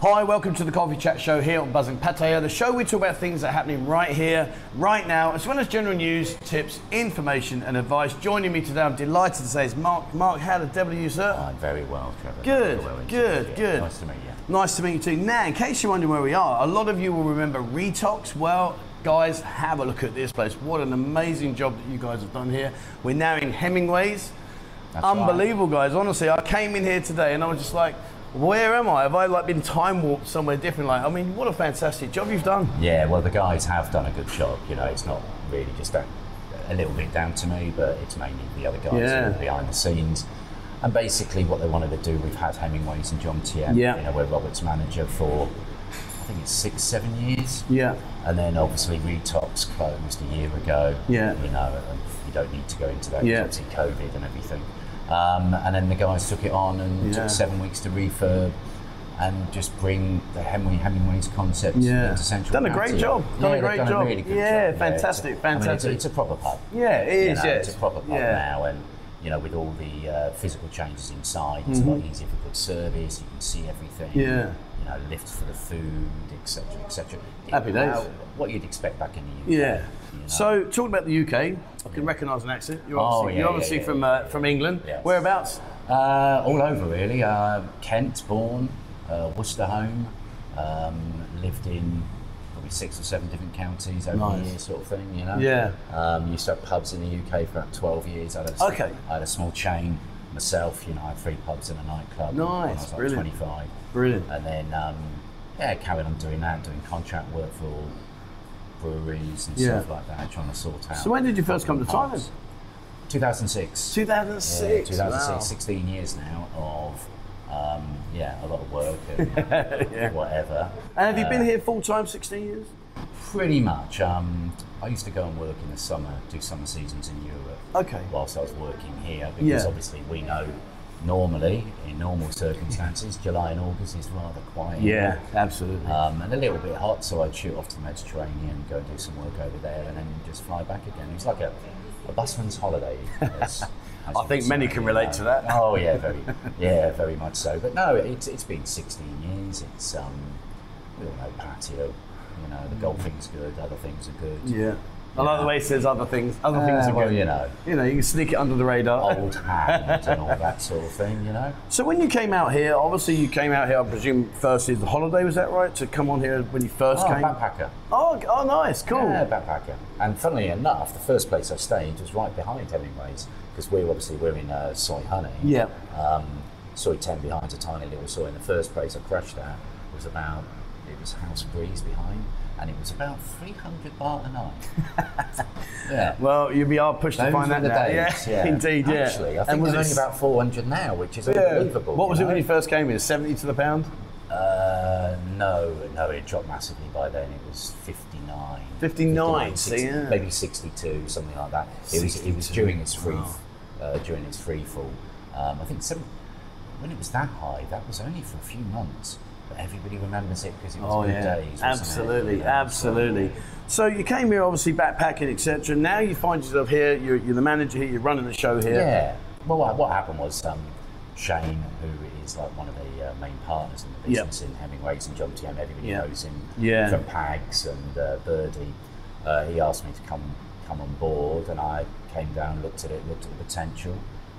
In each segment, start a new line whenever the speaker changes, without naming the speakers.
Hi, welcome to the Coffee Chat Show here on Buzzing Patea, the show we talk about things that are happening right here, right now, as well as general news, tips, information, and advice. Joining me today, I'm delighted to say, is Mark. Mark, how the devil are you, sir?
I'm very well, Trevor.
Good,
Very well indeed,
good,
yeah.
good.
Nice to meet you.
Nice to meet you too. Now, in case you're wondering where we are, a lot of you will remember Retox. Well, guys, have a look at this place. What an amazing job that you guys have done here. We're now in Hemingway's.
That's
Unbelievable, guys. Honestly, I came in here today and I was just like, where am I? Have I like been time warped somewhere different? Like, I mean, what a fantastic job you've done.
Yeah, well, the guys have done a good job. You know, it's not really just a, a little bit down to me, but it's mainly the other guys who
Yeah.
are behind the scenes. And basically, what they wanted to do, we've had Hemingways and John Tien.
Yeah.
You know, we're Robert's manager for, I think it's six, seven years.
Yeah.
And then obviously, Retox closed a year ago.
Yeah.
You know, and you don't need to go into that.
Yeah.
Yeah. Obviously, COVID and everything. Um, and then the guys took it on and
Yeah.
took seven weeks to refurb and just bring the Hemingway Hemingway's concept
Yeah.
into Central
Done a
County.
great job.
Yeah,
Done a
they've
great
done
job.
A really good
Yeah,
job.
fantastic,
it's a- I mean, it's,
fantastic.
a, it's a proper pub.
Yeah, it
You
is,
know,
yeah.
It's a proper pub
Yeah.
now, and you know, with all the uh, physical changes inside, it's a lot easier for good service. You can see everything.
Mm-hmm. Yeah.
You know, lifts for the food, etc., etc.
Happy days.
Wow, What you'd expect back in the UK.
Yeah.
you know.
So, talking about the UK, I can recognise an accent. You're
Oh,
obviously,
yeah,
you're
yeah,
obviously
yeah,
from
yeah.
uh, from England.
Yes.
Whereabouts?
Uh, all over really. Uh, Kent born, uh, Worcester home, um, lived in probably six or seven different counties over
Nice.
the years, sort of thing. You know.
Yeah.
Um, used to have pubs in the UK for about twelve years. I had a,
Okay.
I had a small chain myself. You know, I had three pubs and a nightclub. when I
Nice,
was like
brilliant.
Twenty-five.
Brilliant.
And then um, yeah, carried on doing that, doing contract work for all breweries and stuff
Yeah.
like that, trying to sort out.
So, when did you first come to Thailand?
pubs. 2006. Yeah,
2006.
2006,
Wow.
16 years now of um, yeah, a lot of work and whatever. Uh,
And have you been here full time 16 years?
Pretty much. Um, I used to go and work in the summer, do summer seasons in Europe.
Okay.
Whilst I was working here, because
Yeah.
obviously we know normally in normal circumstances, July and August is rather quiet.
absolutely.
Um, and a little bit hot, so I'd shoot off to the Mediterranean, go and do some work over there, and then just fly back again. It was like a, a busman's holiday. as- as
I
you
think
would
many
say,
can
you
relate
know.
to that.
Oh yeah, very, yeah, very much so. But no, it's it's been 16 years. It's um, we all know patio. You know, the golfing's good, other things are good.
yeah. I like the way he says other things. Other
Uh,
things are
well,
good.
you know, Oh.
You know, you can sneak it under the radar.
old hand and all that sort of thing. You know.
So when you came out here, obviously you came out here, I presume, firstly as a holiday, was that right? To come on here when you first
Oh,
came?
backpacker.
Oh, g- oh, nice, cool.
Yeah, backpacker. And funnily enough, the first place I stayed was right behind Hemingway's because we obviously we're in uh, Soy Honey.
Yeah.
Um, soy Ten behind a tiny little soy. And the first place I crashed at was about it was House Breeze behind, and it was about three hundred baht a night. yeah.
Well, you'll be hard pushed to
Those
find
were
that
the
now.
days,
yeah, indeed, yeah.
Actually, I think
was
there's only
it-
about 400 now, which is
yeah.
unbelievable.
What was
you
it when
know?
you first came here? 70 to the pound?
Uh, no, no, it dropped massively by then. It was 59.
59, so
60,
yeah.
Maybe 62, something like that. It was, it was during its free,
wow.
uh, during its free fall. Um, I think some, when it was that high, that was only for a few months. But everybody remembers it because it was good days. Oh, wasn't it?
Oh, absolutely,
You know, so-
absolutely. So you came here obviously backpacking, etc. Now you find yourself here. You're, you're the manager here. You're running the show here.
Yeah. Well, what, what happened was um, Shane, who is like one of the uh, main partners in the
Yeah.
business in Hemingway's and John TM, everybody
Yeah.
knows him
Yeah.
from Pags and uh, Birdie. Uh, he asked me to come come on board, and I came down, looked at it, looked at the potential.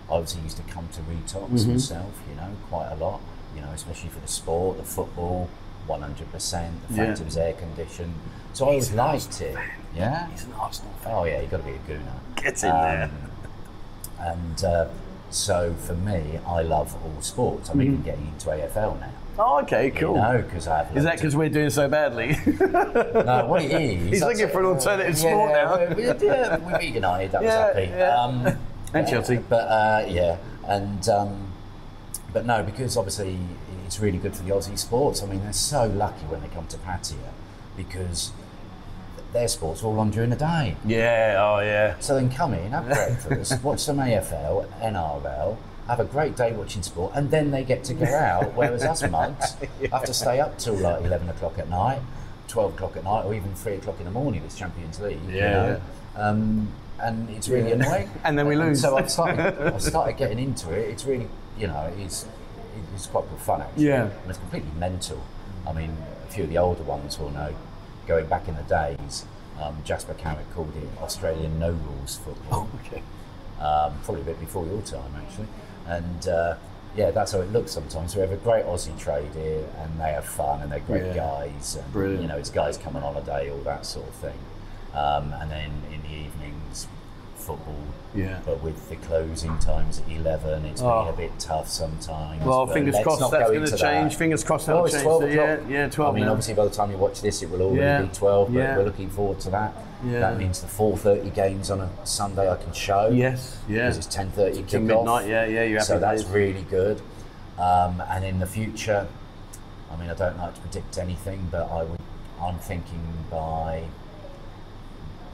I Obviously, used to come to retox
Mm-hmm.
myself, you know, quite a lot, you know, especially for the sport, the football, 100%, the fact
Yeah.
it was air conditioned. So I always liked it. Yeah?
He's an Arsenal fan.
Oh, yeah, you've got to be a gooner.
Get in there.
Um, And uh, so for me, I love all sports. I'm even getting into AFL now.
Oh, okay, Mm-hmm. cool.
You know, because I've
Is that because we're doing so badly?
no, what it is?
He's
that's-
looking for an alternative sport
yeah,
now.
We, we, yeah, we beat United. That
Yeah,
was happy.
yeah.
Um,
And
yeah,
Chelsea.
but uh, yeah, and um, but no, because obviously it's really good for the Aussie sports. I mean, they're so lucky when they come to Patia because their sports are all on during the day.
yeah. Oh, yeah.
So then come in, have breakfast, watch some AFL, NRL, have a great day watching sport, and then they get to go out. Whereas us mugs have to stay up till like 11 o'clock at night, 12 o'clock at night, or even 3 o'clock in the morning if it's Champions League. you
Yeah.
know. Um, and it's really annoying.
And then we lose.
So I've started, I've started getting into it. It's really, you know, it's, it's quite good fun actually.
Yeah.
And it's completely mental. I mean, a few of the older ones will know. Going back in the days, um, Jasper Carrick called it Australian no rules football.
Okay. Oh.
Um, probably a bit before your time, actually. And uh, yeah, that's how it looks sometimes. We have a great Aussie trade here, and they have fun, and they're great
Yeah.
guys. And,
Brilliant.
You know, it's guys come on holiday, all that sort of thing. Um, and then in the evenings, football.
Yeah.
But with the closing times at eleven, it's
Oh.
been a bit tough sometimes.
Well,
but
fingers
let's
crossed
not
that's
go
going to
into
change.
that.
Fingers crossed that'll
Oh, it's
change.
12
So, yeah,
o'clock.
yeah, 12
I mean,
now.
obviously, by the time you watch this, it will already
Yeah.
be 12, but
Yeah.
we're looking forward to that.
Yeah.
That means the 4.30 games on a Sunday I can show.
Yes, yeah.
Because it's 10.30 kick
till midnight, yeah, yeah, you're
So
happy
that's
days.
really good. Um, and in the future, I mean, I don't like to predict anything, but I would, I'm thinking by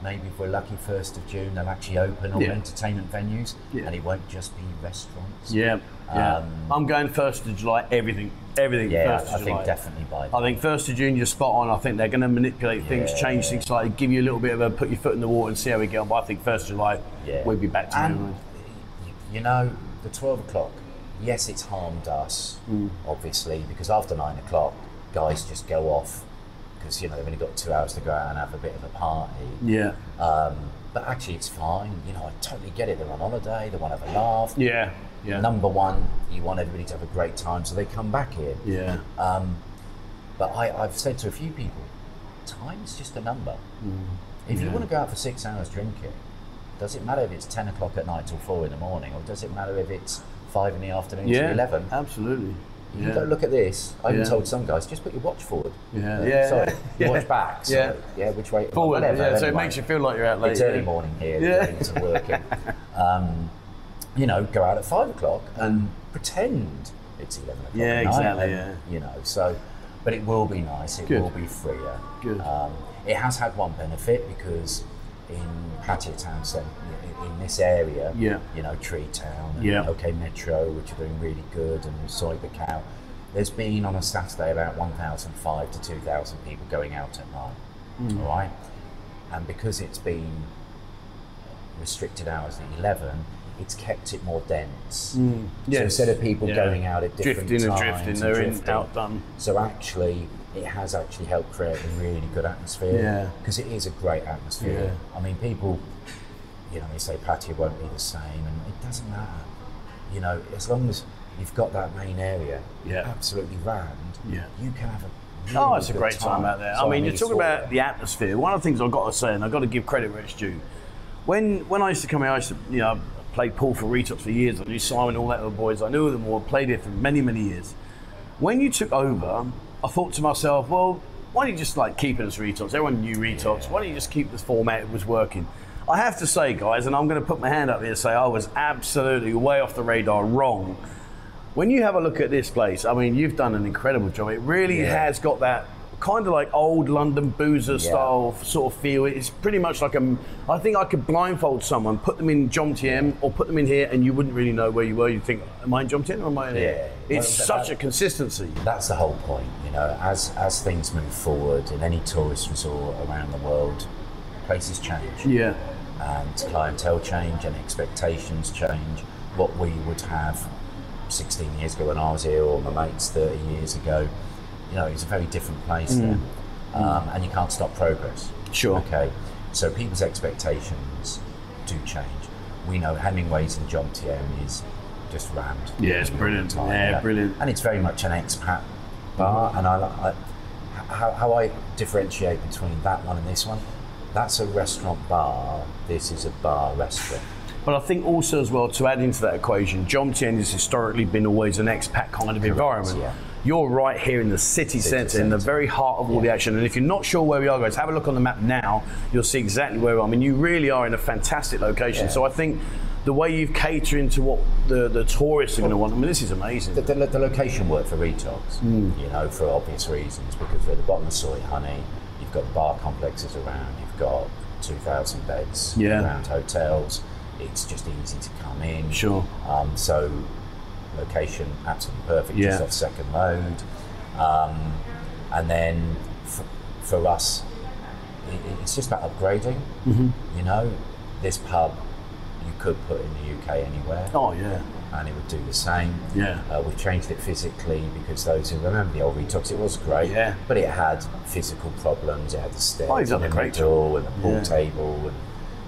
maybe if we're lucky, 1st of June, they'll actually open all
Yeah.
entertainment venues
Yeah.
and it won't just be restaurants.
yeah, yeah.
Um,
I'm going first of July. Everything, everything.
Yeah,
first
I
of July.
think definitely by
I think first of June, you're spot on. I think they're going to manipulate things,
Yeah.
change things slightly, give you a little bit of a put your foot in the water and see how we get on. But I think first of July,
Yeah.
we'll be back to normal.
And you know, the 12 o'clock, yes, it's harmed us,
Mm.
obviously, because after 9 o'clock, guys just go off because, you know, they've only got two hours to go out and have a bit of a party.
Yeah,
Um, but actually, it's fine. You know, I totally get it. They're on holiday, they want to have a laugh.
yeah, yeah,
Number one, you want everybody to have a great time, so they come back here.
yeah.
Um, but I, I've said to a few people, time's just a number.
Mm.
If you want to go out for six hours drinking, does it matter if it's 10 o'clock at night till 4 in the morning, or does it matter if it's 5 in the afternoon
yeah.
till 11?
Absolutely.
You've got
Yeah.
to look at this. I even
Yeah.
told some guys, just put your watch forward.
Yeah.
Uh,
Yeah.
Sorry,
Yeah.
your watch back. Sorry.
Yeah.
Yeah. which way?
Forward,
whatever,
yeah. So it
anyway.
makes you feel like you're out late.
It's early morning here.
Yeah.
The things are working. um, you know, go out at five o'clock and pretend it's eleven o'clock.
Yeah,
at night
exactly,
and,
yeah.
You know, so but it will be nice. It
Good.
will be freer.
Good.
Um, it has had one benefit because in Patio Town Centre, in, in this area,
Yeah.
you know, Tree Town, and
Yeah.
OK Metro, which are doing really good, and Soy the Cow. There's been on a Saturday about 1,005 to 2,000 people going out at night.
Hmm.
All right, and because it's been restricted hours at 11, it's kept it more dense.
Hmm. Yes.
So instead of people
Yeah.
going out at different
Drifting and
times
drifting,
and
they're in,
drifting,
outdone.
So actually, it has actually helped create a really good atmosphere.
Yeah.
Because it is a great atmosphere. I mean, people, you know, they say patio won't be the same, and it doesn't matter. You know, as long as you've got that main area
Yeah.
absolutely rammed,
Yeah.
you can have a really
Oh, it's a
good
great time, out there.
So,
I mean, you're
it's
talking
all
about
there.
the atmosphere. One of the things I've got to say, and I've got to give credit where it's due. When when I used to come here, I used to you know I played pool for Retox for years. I knew Simon, all that little boys. I knew them all. Played here for many many years. When you took over, I thought to myself, well, why don't you just like keep it as Retox? Everyone knew Retox. Why don't you just keep the format it was working? I have to say, guys, and I'm going to put my hand up here and say I was absolutely way off the radar, wrong. When you have a look at this place, I mean, you've done an incredible job. It really
Yeah.
has got that kind of like old London boozer style sort of feel. It's pretty much like a. I think I could blindfold someone, put them in John TM, or put them in here, and you wouldn't really know where you were. You'd think, am I in John TM or am I in here?
Yeah.
It's
Well,
such
that-
a consistency.
that's the whole point, you know. As as things move forward in any tourist resort around the world, places change,
Yeah.
and clientele change, and expectations change. What we would have 16 years ago when I was here, or my mates 30 years ago, you know, it's a very different place then, um, and you can't stop progress.
Sure.
Okay. So people's expectations do change. We know Hemingway's and John Tierra is just rammed.
Yeah, it's
all the
brilliant.
time,
Yeah,
you know.
brilliant.
And it's very much an expat bar, and I, li- I how, how I differentiate between that one and this one. That's a restaurant bar. This is a bar restaurant.
But I think also as well to add into that equation, John Tien has historically been always an expat kind of environment.
yeah.
You're right here in the city, centre, in the
centre.
very heart of all the action. And if you're not sure where we are, guys, have a look on the map now. You'll see exactly where we are. I mean, you really are in a fantastic location.
Yeah.
So I think the way you've catered into what the, the tourists are going to want, I mean, this is amazing.
The, the, the location worked for Retox,
Hmm.
you know, for obvious reasons, because we're at the bottom of Soy Honey, you've got the bar complexes around, you've got 2,000 beds
Yeah.
around hotels, it's just easy to come in.
Sure.
Um, so, location absolutely perfect, just
Yeah.
off Second Road. Um, and then for, for us, i- i- it's just about upgrading,
Mm-hmm.
you know, this pub you could put in the UK anywhere
oh, yeah.
and it would do the same.
Yeah.
Uh, we changed it physically because those who remember the old retox, it was great.
Yeah.
But it had physical problems. It had the stairs
Oh, you've done
in
a
the
great
middle and the pool
Yeah.
table, and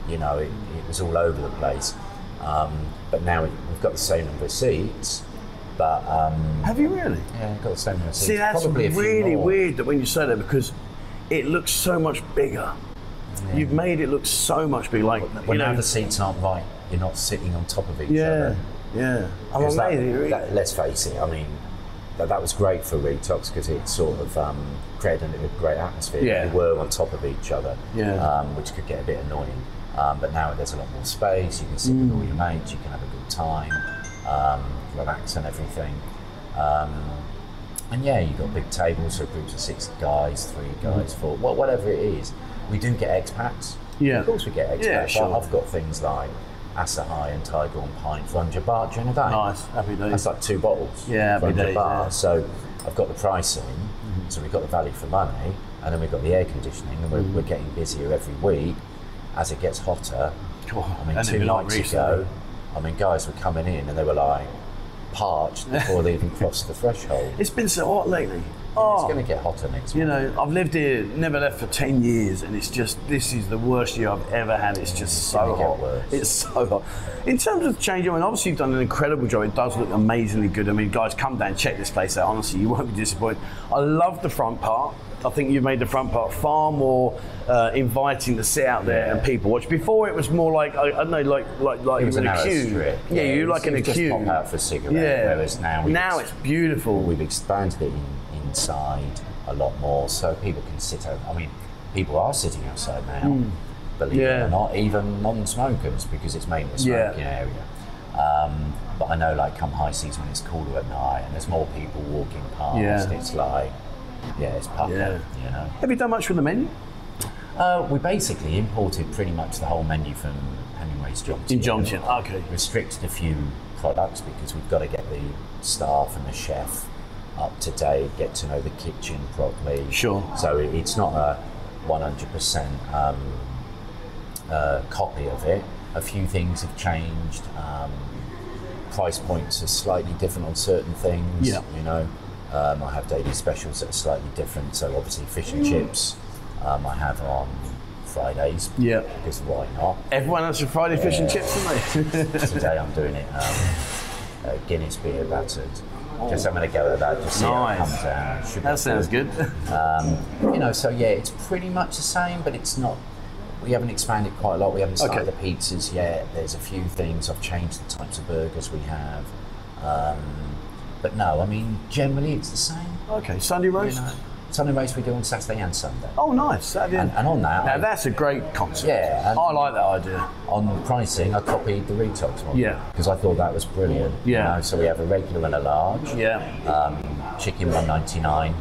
you know, it, it was all over the place. Um, but now it, we've got the same number of seats, but um,
Have you really?
yeah, we've got the same number of seats.
See, that's
Probably a few
really
more.
weird that when you say that because it looks so much bigger. You've made it look so much bigger. Like
Well,
you
now
know,
the seats aren't right. You're not sitting on top of each
yeah,
other.
yeah. I'm
Because
amazed.
that-
it really-
that- let's face it, I mean, that, that was great for Retox because it sort of um, created a great atmosphere.
Yeah.
We were on top of each other,
Yeah.
um, which could get a bit annoying. Um, but now there's a lot more space, you can sit with all your
Mm.
mates, you can have a good time, um, relax and everything. Um, and yeah, you've got big tables for groups of six guys, three guys,
Mm.
four, wha- whatever it is. We do get expats.
Yeah.
Of course we get expats.
Yeah, sure.
I've got things like Asahai and Tiger and Pine from Jabbar during the day.
nice, happy days.
That's like two bottles.
Yeah,
from
every
the
day,
bar.
yeah. Mm-hmm.
So I've got the pricing, so we've got the value for money, and then we've got the air conditioning, and we're,
Mm-hmm.
we're getting busier every week as it gets hotter.
God,
oh, I mean,
and
two
it'd be like
nights
recently.
ago, I mean, guys were coming in and they were like parched before they even crossed the threshold.
It's been so hot lately.
It's
Oh,
going to get hotter next
you
month.
know, I've lived here, never left for ten years, and it's just this is the worst year I've ever had. It's just so
gonna get
hot.
worse.
It's so hot. In terms of changing, I mean, obviously you've done an incredible job. It does look amazingly good. I mean, guys, come down, check this place out. Honestly, you won't be disappointed. I love the front part. I think you've made the front part far more uh, inviting to sit out there and people watch. Before it was more like I, I don't know, like like like
It was
you
a
were in a
narrow
queue.
strip.
Yeah,
it
you
was-
like in
it
a
was just
queue.
pop out for a cigarette.
yeah.
Whereas now we've
now it's beautiful.
We've expanded it in, inside a lot more, so people can sit out. I mean, people are sitting outside now, believe
Hmm.
it
Yeah.
or not, even non-smokers because it's mainly a
Yeah.
smoking area. Um, but I know, like, come high season when it's cooler at night and there's more people walking past,
Yeah.
it's like, yeah, it's puffing,
Yeah.
you know.
Have you done much with the menu?
Uh, we basically imported pretty much the whole menu from Hemingway's Johnson.
In Johnson, okay.
restricted a few products because we've got to get the staff and the chef up to date, get to know the kitchen properly.
Sure.
So it- it's not a 100% um, uh, copy of it. A few things have changed. Um, price points are slightly different on certain things.
Yeah.
You know, um, I have daily specials that are slightly different. So obviously fish
Mm.
and chips, um, I have on Fridays.
Yeah.
Because why not?
Everyone has a Friday fish and chips, don't they?
Today I'm doing it um, uh, Guinness beer battered. Just having a go at that, just see how it
Nice.
comes out. Should be
that sounds good.
good. You know, so yeah, it's pretty much the same, but it's not. We haven't expanded quite a lot. We haven't started
Okay.
the pizzas yet. There's a few things. I've changed the types of burgers we have. Um, but no, I mean, generally it's the same.
okay, Sunday
You
roast.
know, Sunday race we do on Saturday and Sunday.
Oh, nice. Saturday.
And, and on that,
now
I-
that's a great concept.
Yeah, and-
I like that idea.
on pricing, I copied the Retox one.
Yeah.
Because I thought that was brilliant. you
Yeah.
know, so we have a regular and a large.
Yeah,
um, chicken 199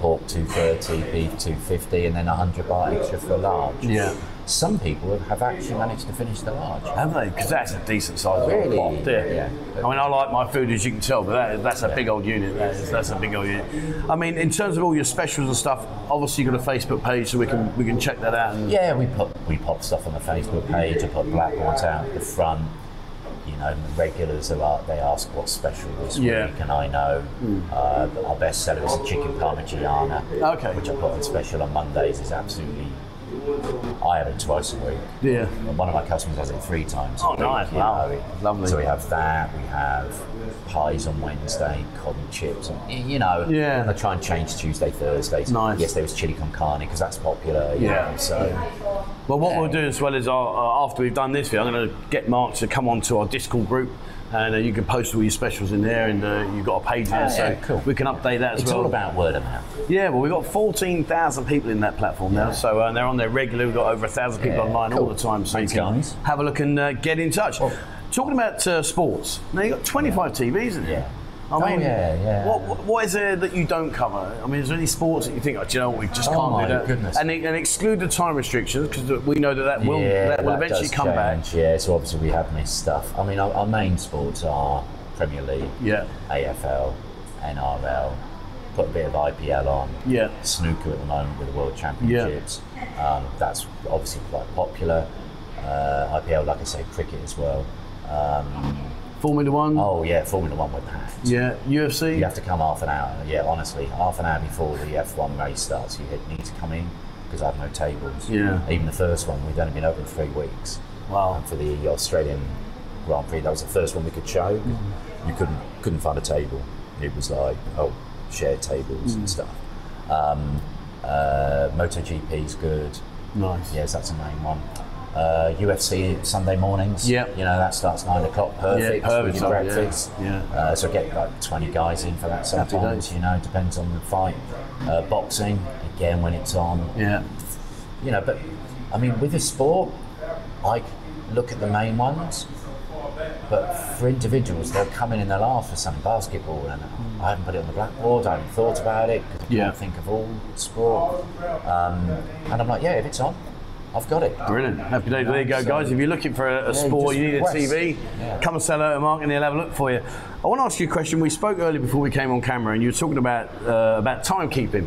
pork 230 beef 250 and then 100 baht extra for a large
Yeah.
some people have actually managed to finish the large
have they? Because that's a decent size
Really?
pot. Yeah.
Yeah.
I mean, I like my food as you can tell, but that, that's a big old unit. That is, that's a big old unit. I mean, in terms of all your specials and stuff, obviously you've got a Facebook page, so we can we can check that out. And,
yeah we put we pop stuff on the facebook page i put blackboards out at the front you know the regulars are out they ask what's special this
Yeah. Hmm.
week and i know uh, that our best seller is a chicken parmigiana
Okay.
which i put on special on mondays is absolutely i have it twice a week
yeah.
Well, One of my customers has it three times.
Oh,
a week,
nice,
you
wow,
know.
lovely.
So we have that. We have pies on Wednesday, cod and chips, and y- you know.
Yeah.
And I try and change Tuesday, Thursdays.
Nice.
Yes, there was chili con carne because that's popular. you
Yeah.
know, so
Well, what
Um,
we'll do as well is I'll, uh, after we've done this, I'm going to get Mark to come onto our Discord group, and uh, you can post all your specials in there, and uh, you've got a page there,
Oh,
so
yeah, cool.
we can update that as
it's
well.
all about word of mouth.
yeah, well, we've got 14,000 people in that platform now, so uh, and they're on there regularly. We've got over a thousand people
Yeah,
online all
cool.
the time, so
Thanks,
you can
guys. Oh.
have a look and uh, get in touch. Talking about uh, sports, now you've got 25 TVs in
Yeah.
there.
Oh,
I mean,
yeah, yeah.
What, what- what is there that you don't cover? I mean, is there any sports that you think, oh, do you know what, we just
Oh,
can't
my
do that?
goodness.
And, and exclude the time restrictions because we know that that will,
yeah,
that will
that
eventually
does
come back.
change, Yeah. So obviously we have missed stuff. I mean, our, our main sports are Premier League,
Yeah,
AFL, NRL. Put a bit of IPL on.
yeah,
snooker at the moment with the World Championships. Um, that's obviously quite popular. Uh, IPL, like I say, cricket as well. Um,
Formula One.
Oh yeah, Formula One with that.
Yeah, UFC.
You have to come half an hour. Yeah, honestly, half an hour before the F1 race starts, you need to come in because I have no tables.
Yeah.
Even the first one, we'd only been open three weeks.
Wow.
And for the Australian Grand Prix, that was the first one we could show.
Mm-hmm.
You couldn't couldn't find a table. It was like oh, shared tables
Mm.
and stuff. Um, uh, MotoGP's good.
Nice.
Yes, that's the main one. Uh, UFC Sunday mornings.
Yep.
You know, that starts nine o'clock. Perfect.
perfect
with your
time, yeah,
breakfast.
yeah.
Uh, so get like 20 guys in for that sometimes,
days.
you know, depends on the fight. Uh, boxing, again, when it's on.
Yeah.
You know, but I mean, with a sport, I look at the main ones. But for individuals, they'll come in and they'll ask for something basketball, and I haven't put it on the blackboard. I haven't thought about it because I
Yeah.
can't think of all sport. Um, and I'm like, yeah, if it's on, I've got it.
Brilliant. Happy days. There you go,
So-
guys. If you're looking for a, a sport,
just
you need a
request.
TV,
Yeah.
come and say hello to Mark and he'll have a look for you. I want to ask you a question. We spoke earlier before we came on camera and you were talking about, uh, about timekeeping.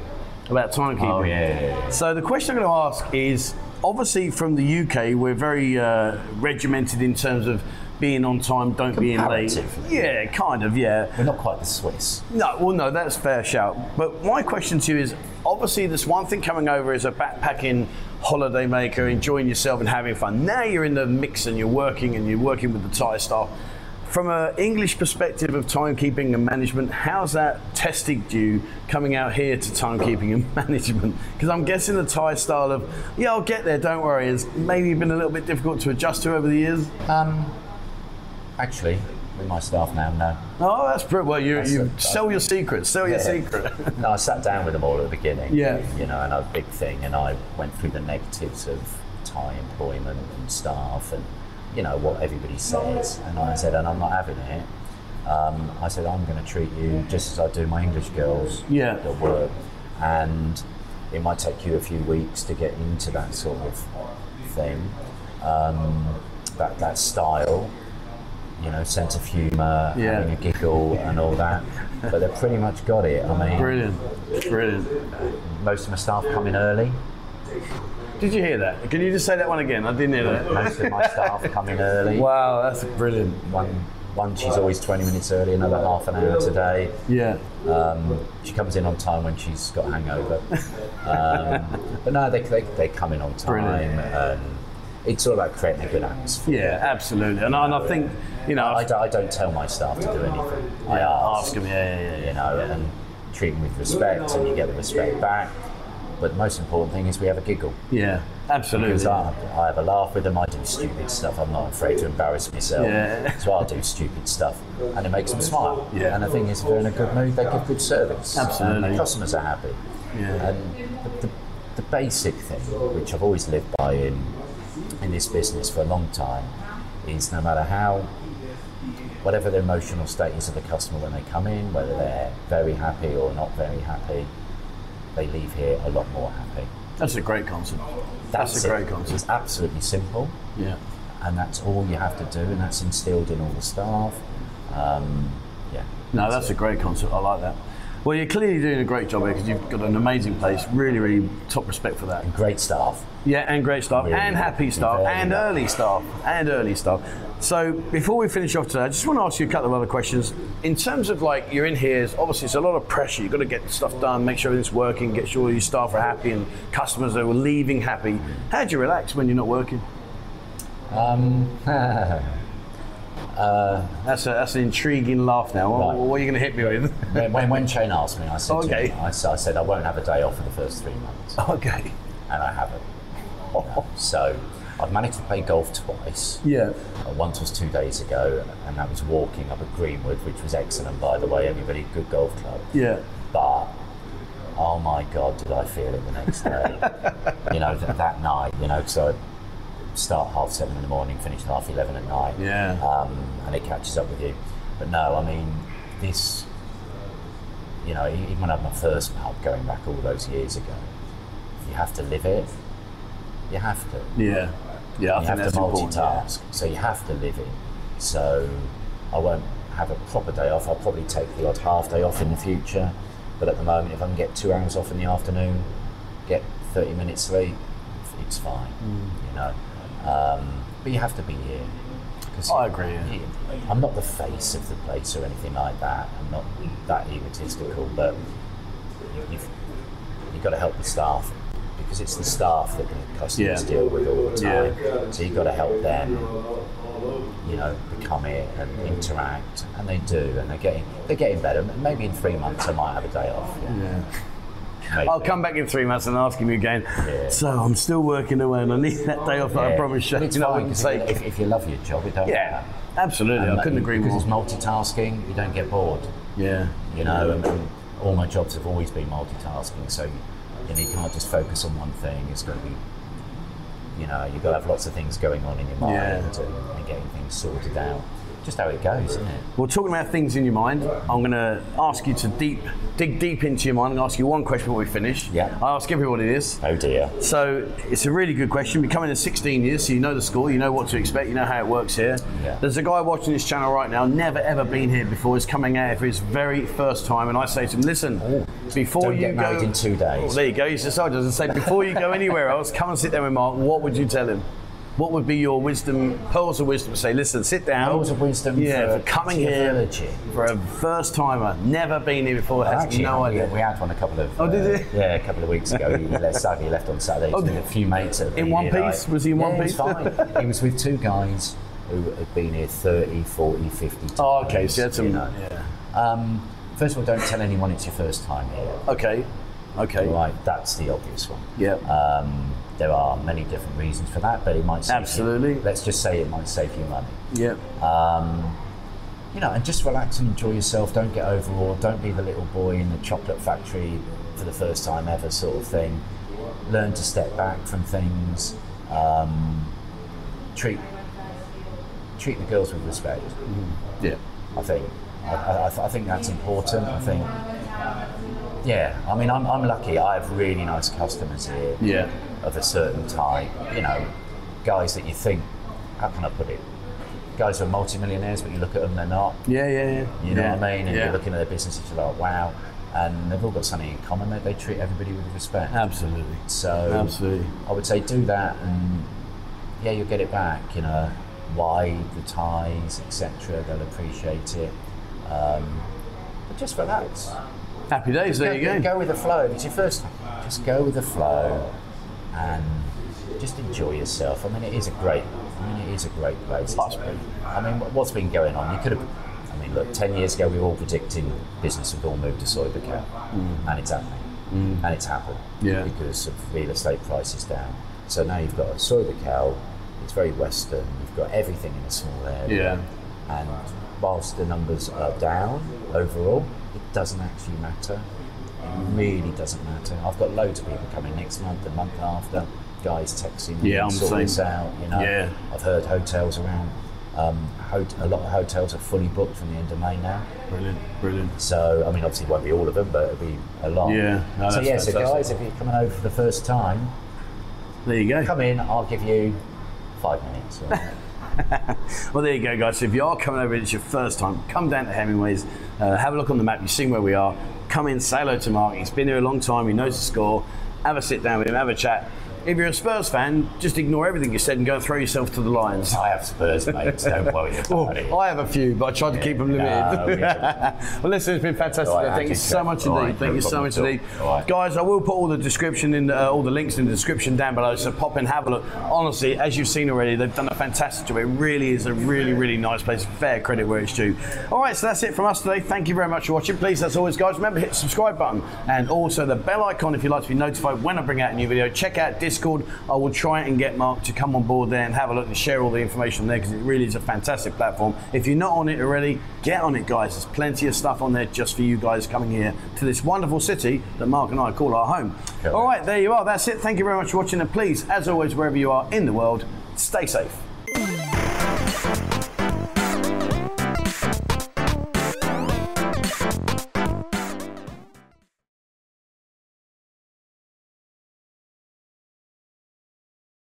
About timekeeping.
Oh yeah, yeah, yeah.
So the question I'm going to ask is obviously from the UK, we're very uh, regimented in terms of being on time, don't be in late.
Comparatively.
Yeah, kind of, yeah.
We're not quite the Swiss.
No, well, no, that's fair shout. But my question to you is obviously, this one thing coming over is a backpacking holiday maker, enjoying yourself and having fun. Now you're in the mix and you're working and you're working with the Thai staff. From an English perspective of timekeeping and management, how's that tested you coming out here to timekeeping and management? Because I'm guessing the Thai style of, yeah, I'll get there, don't worry, has maybe been a little bit difficult to adjust to over the years.
Um, actually, with my staff now, no.
Oh, that's pretty well. You,
That's
you
it.
sell your secrets, sell your
Yeah.
secret.
no, I sat down with them all at the beginning.
Yeah.
You know, and a big thing, and I went through the negatives of Thai employment and staff, and you know what everybody says. And I said, and I'm not having it. Um, I said, I'm going to treat you just as I do my English girls
Yeah.
that work, and it might take you a few weeks to get into that sort of thing, um, that that style. You know, sense of humour,
Yeah.
having a giggle, and all that. But they've pretty much got it. I mean,
Brilliant. Brilliant.
most of my staff come in early.
Did you hear that? Can you just say that one again? I didn't hear that.
Most of my staff come in early.
Wow, that's brilliant.
One, one, she's always 20 minutes early, another half an hour today.
Yeah.
Um, she comes in on time when she's got a hangover. Um, but no, they, they, they come in on time.
Brilliant.
And it's all about creating a good atmosphere.
Yeah, absolutely. And, I- and I think, you know,
I,
I
d- I don't tell my staff to do anything. I
ask them, yeah, yeah, yeah.
you know, and treat them with respect, and you get the respect back. But the most important thing is we have a giggle.
Yeah, absolutely.
Because I, I have a laugh with them, I do stupid stuff. I'm not afraid to embarrass myself.
Yeah.
So I'll do stupid stuff and it makes them smile.
Yeah.
And the thing is, if they're in a good mood, they give good service.
Absolutely.
And the customers are happy.
Yeah.
And the, the, the basic thing, which I've always lived by in, in this business for a long time, is no matter how whatever the emotional state is of the customer when they come in, whether they're very happy or not very happy, they leave here a lot more happy.
That's a great concept. That's, a
it.
great concept.
It's absolutely simple,
Yeah.
and that's all you have to do, and that's instilled in all the staff. Um, yeah.
No, that's a great concept. I like that. Well, you're clearly doing a great job here because you've got an amazing place. Really, really top respect for that.
Great staff.
Yeah, and great staff,
Really
and happy
happy,
staff,
very
and
happy.
early staff, and early staff. So before we finish off today, I just want to ask you a couple of other questions. In terms of like you're in here, it's- obviously it's a lot of pressure. You've got to get stuff done, make sure everything's working, get sure your staff are happy and customers are leaving happy. How do you relax when you're not working?
Um,
That's a, that's an intriguing laugh. Now, what,
Right.
what are you going to hit me with?
when, when, when Shane asked me, I said, to
Okay.
him, I, s- I said I won't have a day off for the first three months,
okay.
and I haven't. You know, So I've managed to play golf twice.
Yeah.
Uh, Once was two days ago, and that was walking up at Greenwood, which was excellent, by the way. Everybody, good golf club.
Yeah.
but oh my god, did I feel it the next day? you know, th- that night, you know, so I start half seven in the morning, finish half eleven at night,
Yeah.
um, and it catches up with you. But no, I mean, this, you know, e- even when I had my first pub going back all those years ago, you have to live it. You have to
Yeah. Yeah. I think
you have
that's
to
important. yeah.
multitask, so you have to live it. So I won't have a proper day off. I'll probably take the odd half day off in the future, but at the moment, if I can get two hours off in the afternoon, get 30
Hmm.
minutes sleep, it's fine. You know, um, but you have to be here. Because
I agree, yeah.
I'm not the face of the place or anything like that. I'm not that egotistical, but you- you've you've got to help the staff because it's the staff that the customers
Yeah.
deal with all the
Yeah.
time. So you've got to help them, you know, become it and interact, and they do, and they're getting they're getting better. Maybe in three months I might have a day off.
Yeah.
Maybe.
I'll come back in three months and ask him again. So I'm still working away and I need that day off that I
Yeah.
promised you.
It's
You know,
fine,
we can
'cause
take.
if, if you love your job, it don't
Yeah,
matter.
absolutely. I
that-
couldn't agree
because
more.
it's multitasking. You don't get bored,
Yeah.
you know. And, and all my jobs have always been multitasking, so you, you, know, you can't just focus on one thing. It's got to be, you know, you've got to have lots of things going on in your mind
Yeah.
and, and getting things sorted out. Just how it goes, isn't it?
Well, talking about things in your mind, I'm going to ask you to deep dig deep into your mind and ask you one question before we finish.
Yeah.
I ask everybody this.
Oh dear.
So it's a really good question. We're coming in 16 years, so you know the score, you know what to expect, you know how it works here.
Yeah.
There's a guy watching this channel right now, never ever been here before. He's coming out for his very first time, and I say to him, "Listen, before
Oh, Don't
you
get
go
married in two days.
Well, there you go. He's decided to say before you go anywhere else, come and sit down with Mark. What would you tell him? What would be your wisdom, pearls of wisdom? Say, listen, sit down.
Pearls of wisdom
Yeah,
for
for coming
theology.
here for a first timer, never been here before, has
Actually,
no
we-
idea.
We had one a couple of. uh,
Oh, did you?
Yeah, a couple of weeks ago. He left, sadly left on Saturday.
Oh,
with a few mates. that had
in
been
one
here,
piece? Was he in
Yeah,
one
he was
piece?
fine. he was with two guys who had been here 30, 40, 50 times.
Oh, okay, so you had some.
you know.
yeah.
um, First of all, don't tell anyone it's your first time here.
Okay, okay.
Right, that's the obvious one.
Yeah.
Um, there are many different reasons for that, but it might save you-
Absolutely.
let's just say it might save you money.
yeah.
you know, and just relax and enjoy yourself. Don't get overawed. Don't be the little boy in the chocolate factory for the first time ever, sort of thing. Learn to step back from things. Um, treat treat the girls with respect.
Yeah.
I think. I, I, I th- I think that's important. I think. Yeah, I mean, I'm, I'm lucky. I have really nice customers here
Yeah.
of a certain type. You know, guys that you think, how can I put it? Guys who are multimillionaires, but you look at them, they're not.
Yeah, yeah, yeah.
You know
yeah.
what I mean? And
yeah.
you're looking at their businesses, you're like, wow. And they've all got something in common. They, they treat everybody with respect.
Absolutely.
So
Absolutely.
I would say do that, and yeah, you'll get it back. You know, why the ties, etc. They'll appreciate it. Um, but just relax.
Happy days, there you go.
Go with the flow. If it's your first time, just go with the flow and just enjoy yourself. I mean, it is a great. I mean, it is a great place. It's- I mean, wh- what's been going on? You could have. I mean, look, ten years ago, we were all predicting business would all move to Soybeca, and it's happening, and it's happened
Mm. Yeah.
because of real estate prices down. So now you've got a Soybeca. It's very western. You've got everything in a small area.
Yeah.
And whilst the numbers are down overall, it doesn't actually matter. It really doesn't matter. I've got loads of people coming next month, the month after, guys texting, me,
Yeah, I'm the
sort
same.
this out. You know,
Yeah.
I've heard hotels around. Um, hot- a lot of hotels are fully booked from the end of May now.
Brilliant, brilliant.
So I mean, obviously, it won't be all of them, but it'll be a lot.
Yeah, no,
so
that's
yeah, so
fantastic.
guys, if you're coming over for the first time,
There you go.
come in. I'll give you five minutes. Or,
Well, there you go, guys. So if you are coming over, it's your first time, come down to Hemingway's, uh, have a look on the map, you've seen where we are. Come in, say hello to Mark. He's been here a long time, he knows the score. Have a sit down with him, have a chat. If you're a Spurs fan, just ignore everything you said and go and throw yourself to the Lions.
I have Spurs, mate. so Don't worry about
Oh,
it.
I have a few, but I tried to keep them limited.
No, we
well, listen, it's been fantastic.
All right,
Thank you
Andy,
so much
all
indeed.
right,
Thank
no
you so
problem
much
at all.
indeed,
All right.
guys. I will put all the description in, uh, all the links in the description down below. So pop in, have a look. Honestly, as you've seen already, they've done a fantastic job. It really is a really, really nice place. Fair credit where it's due. All right, so that's it from us today. Thank you very much for watching. Please, as always, guys, remember hit the subscribe button and also the bell icon if you'd like to be notified when I bring out a new video. Check out Discord. I will try and get Mark to come on board there and have a look and share all the information there because it really is a fantastic platform. If you're not on it already, get on it, guys. There's plenty of stuff on there just for you guys coming here to this wonderful city that Mark and I call our home.
Correct.
All right, there you are. That's it. Thank you very much for watching. And please, as always, wherever you are in the world, stay safe.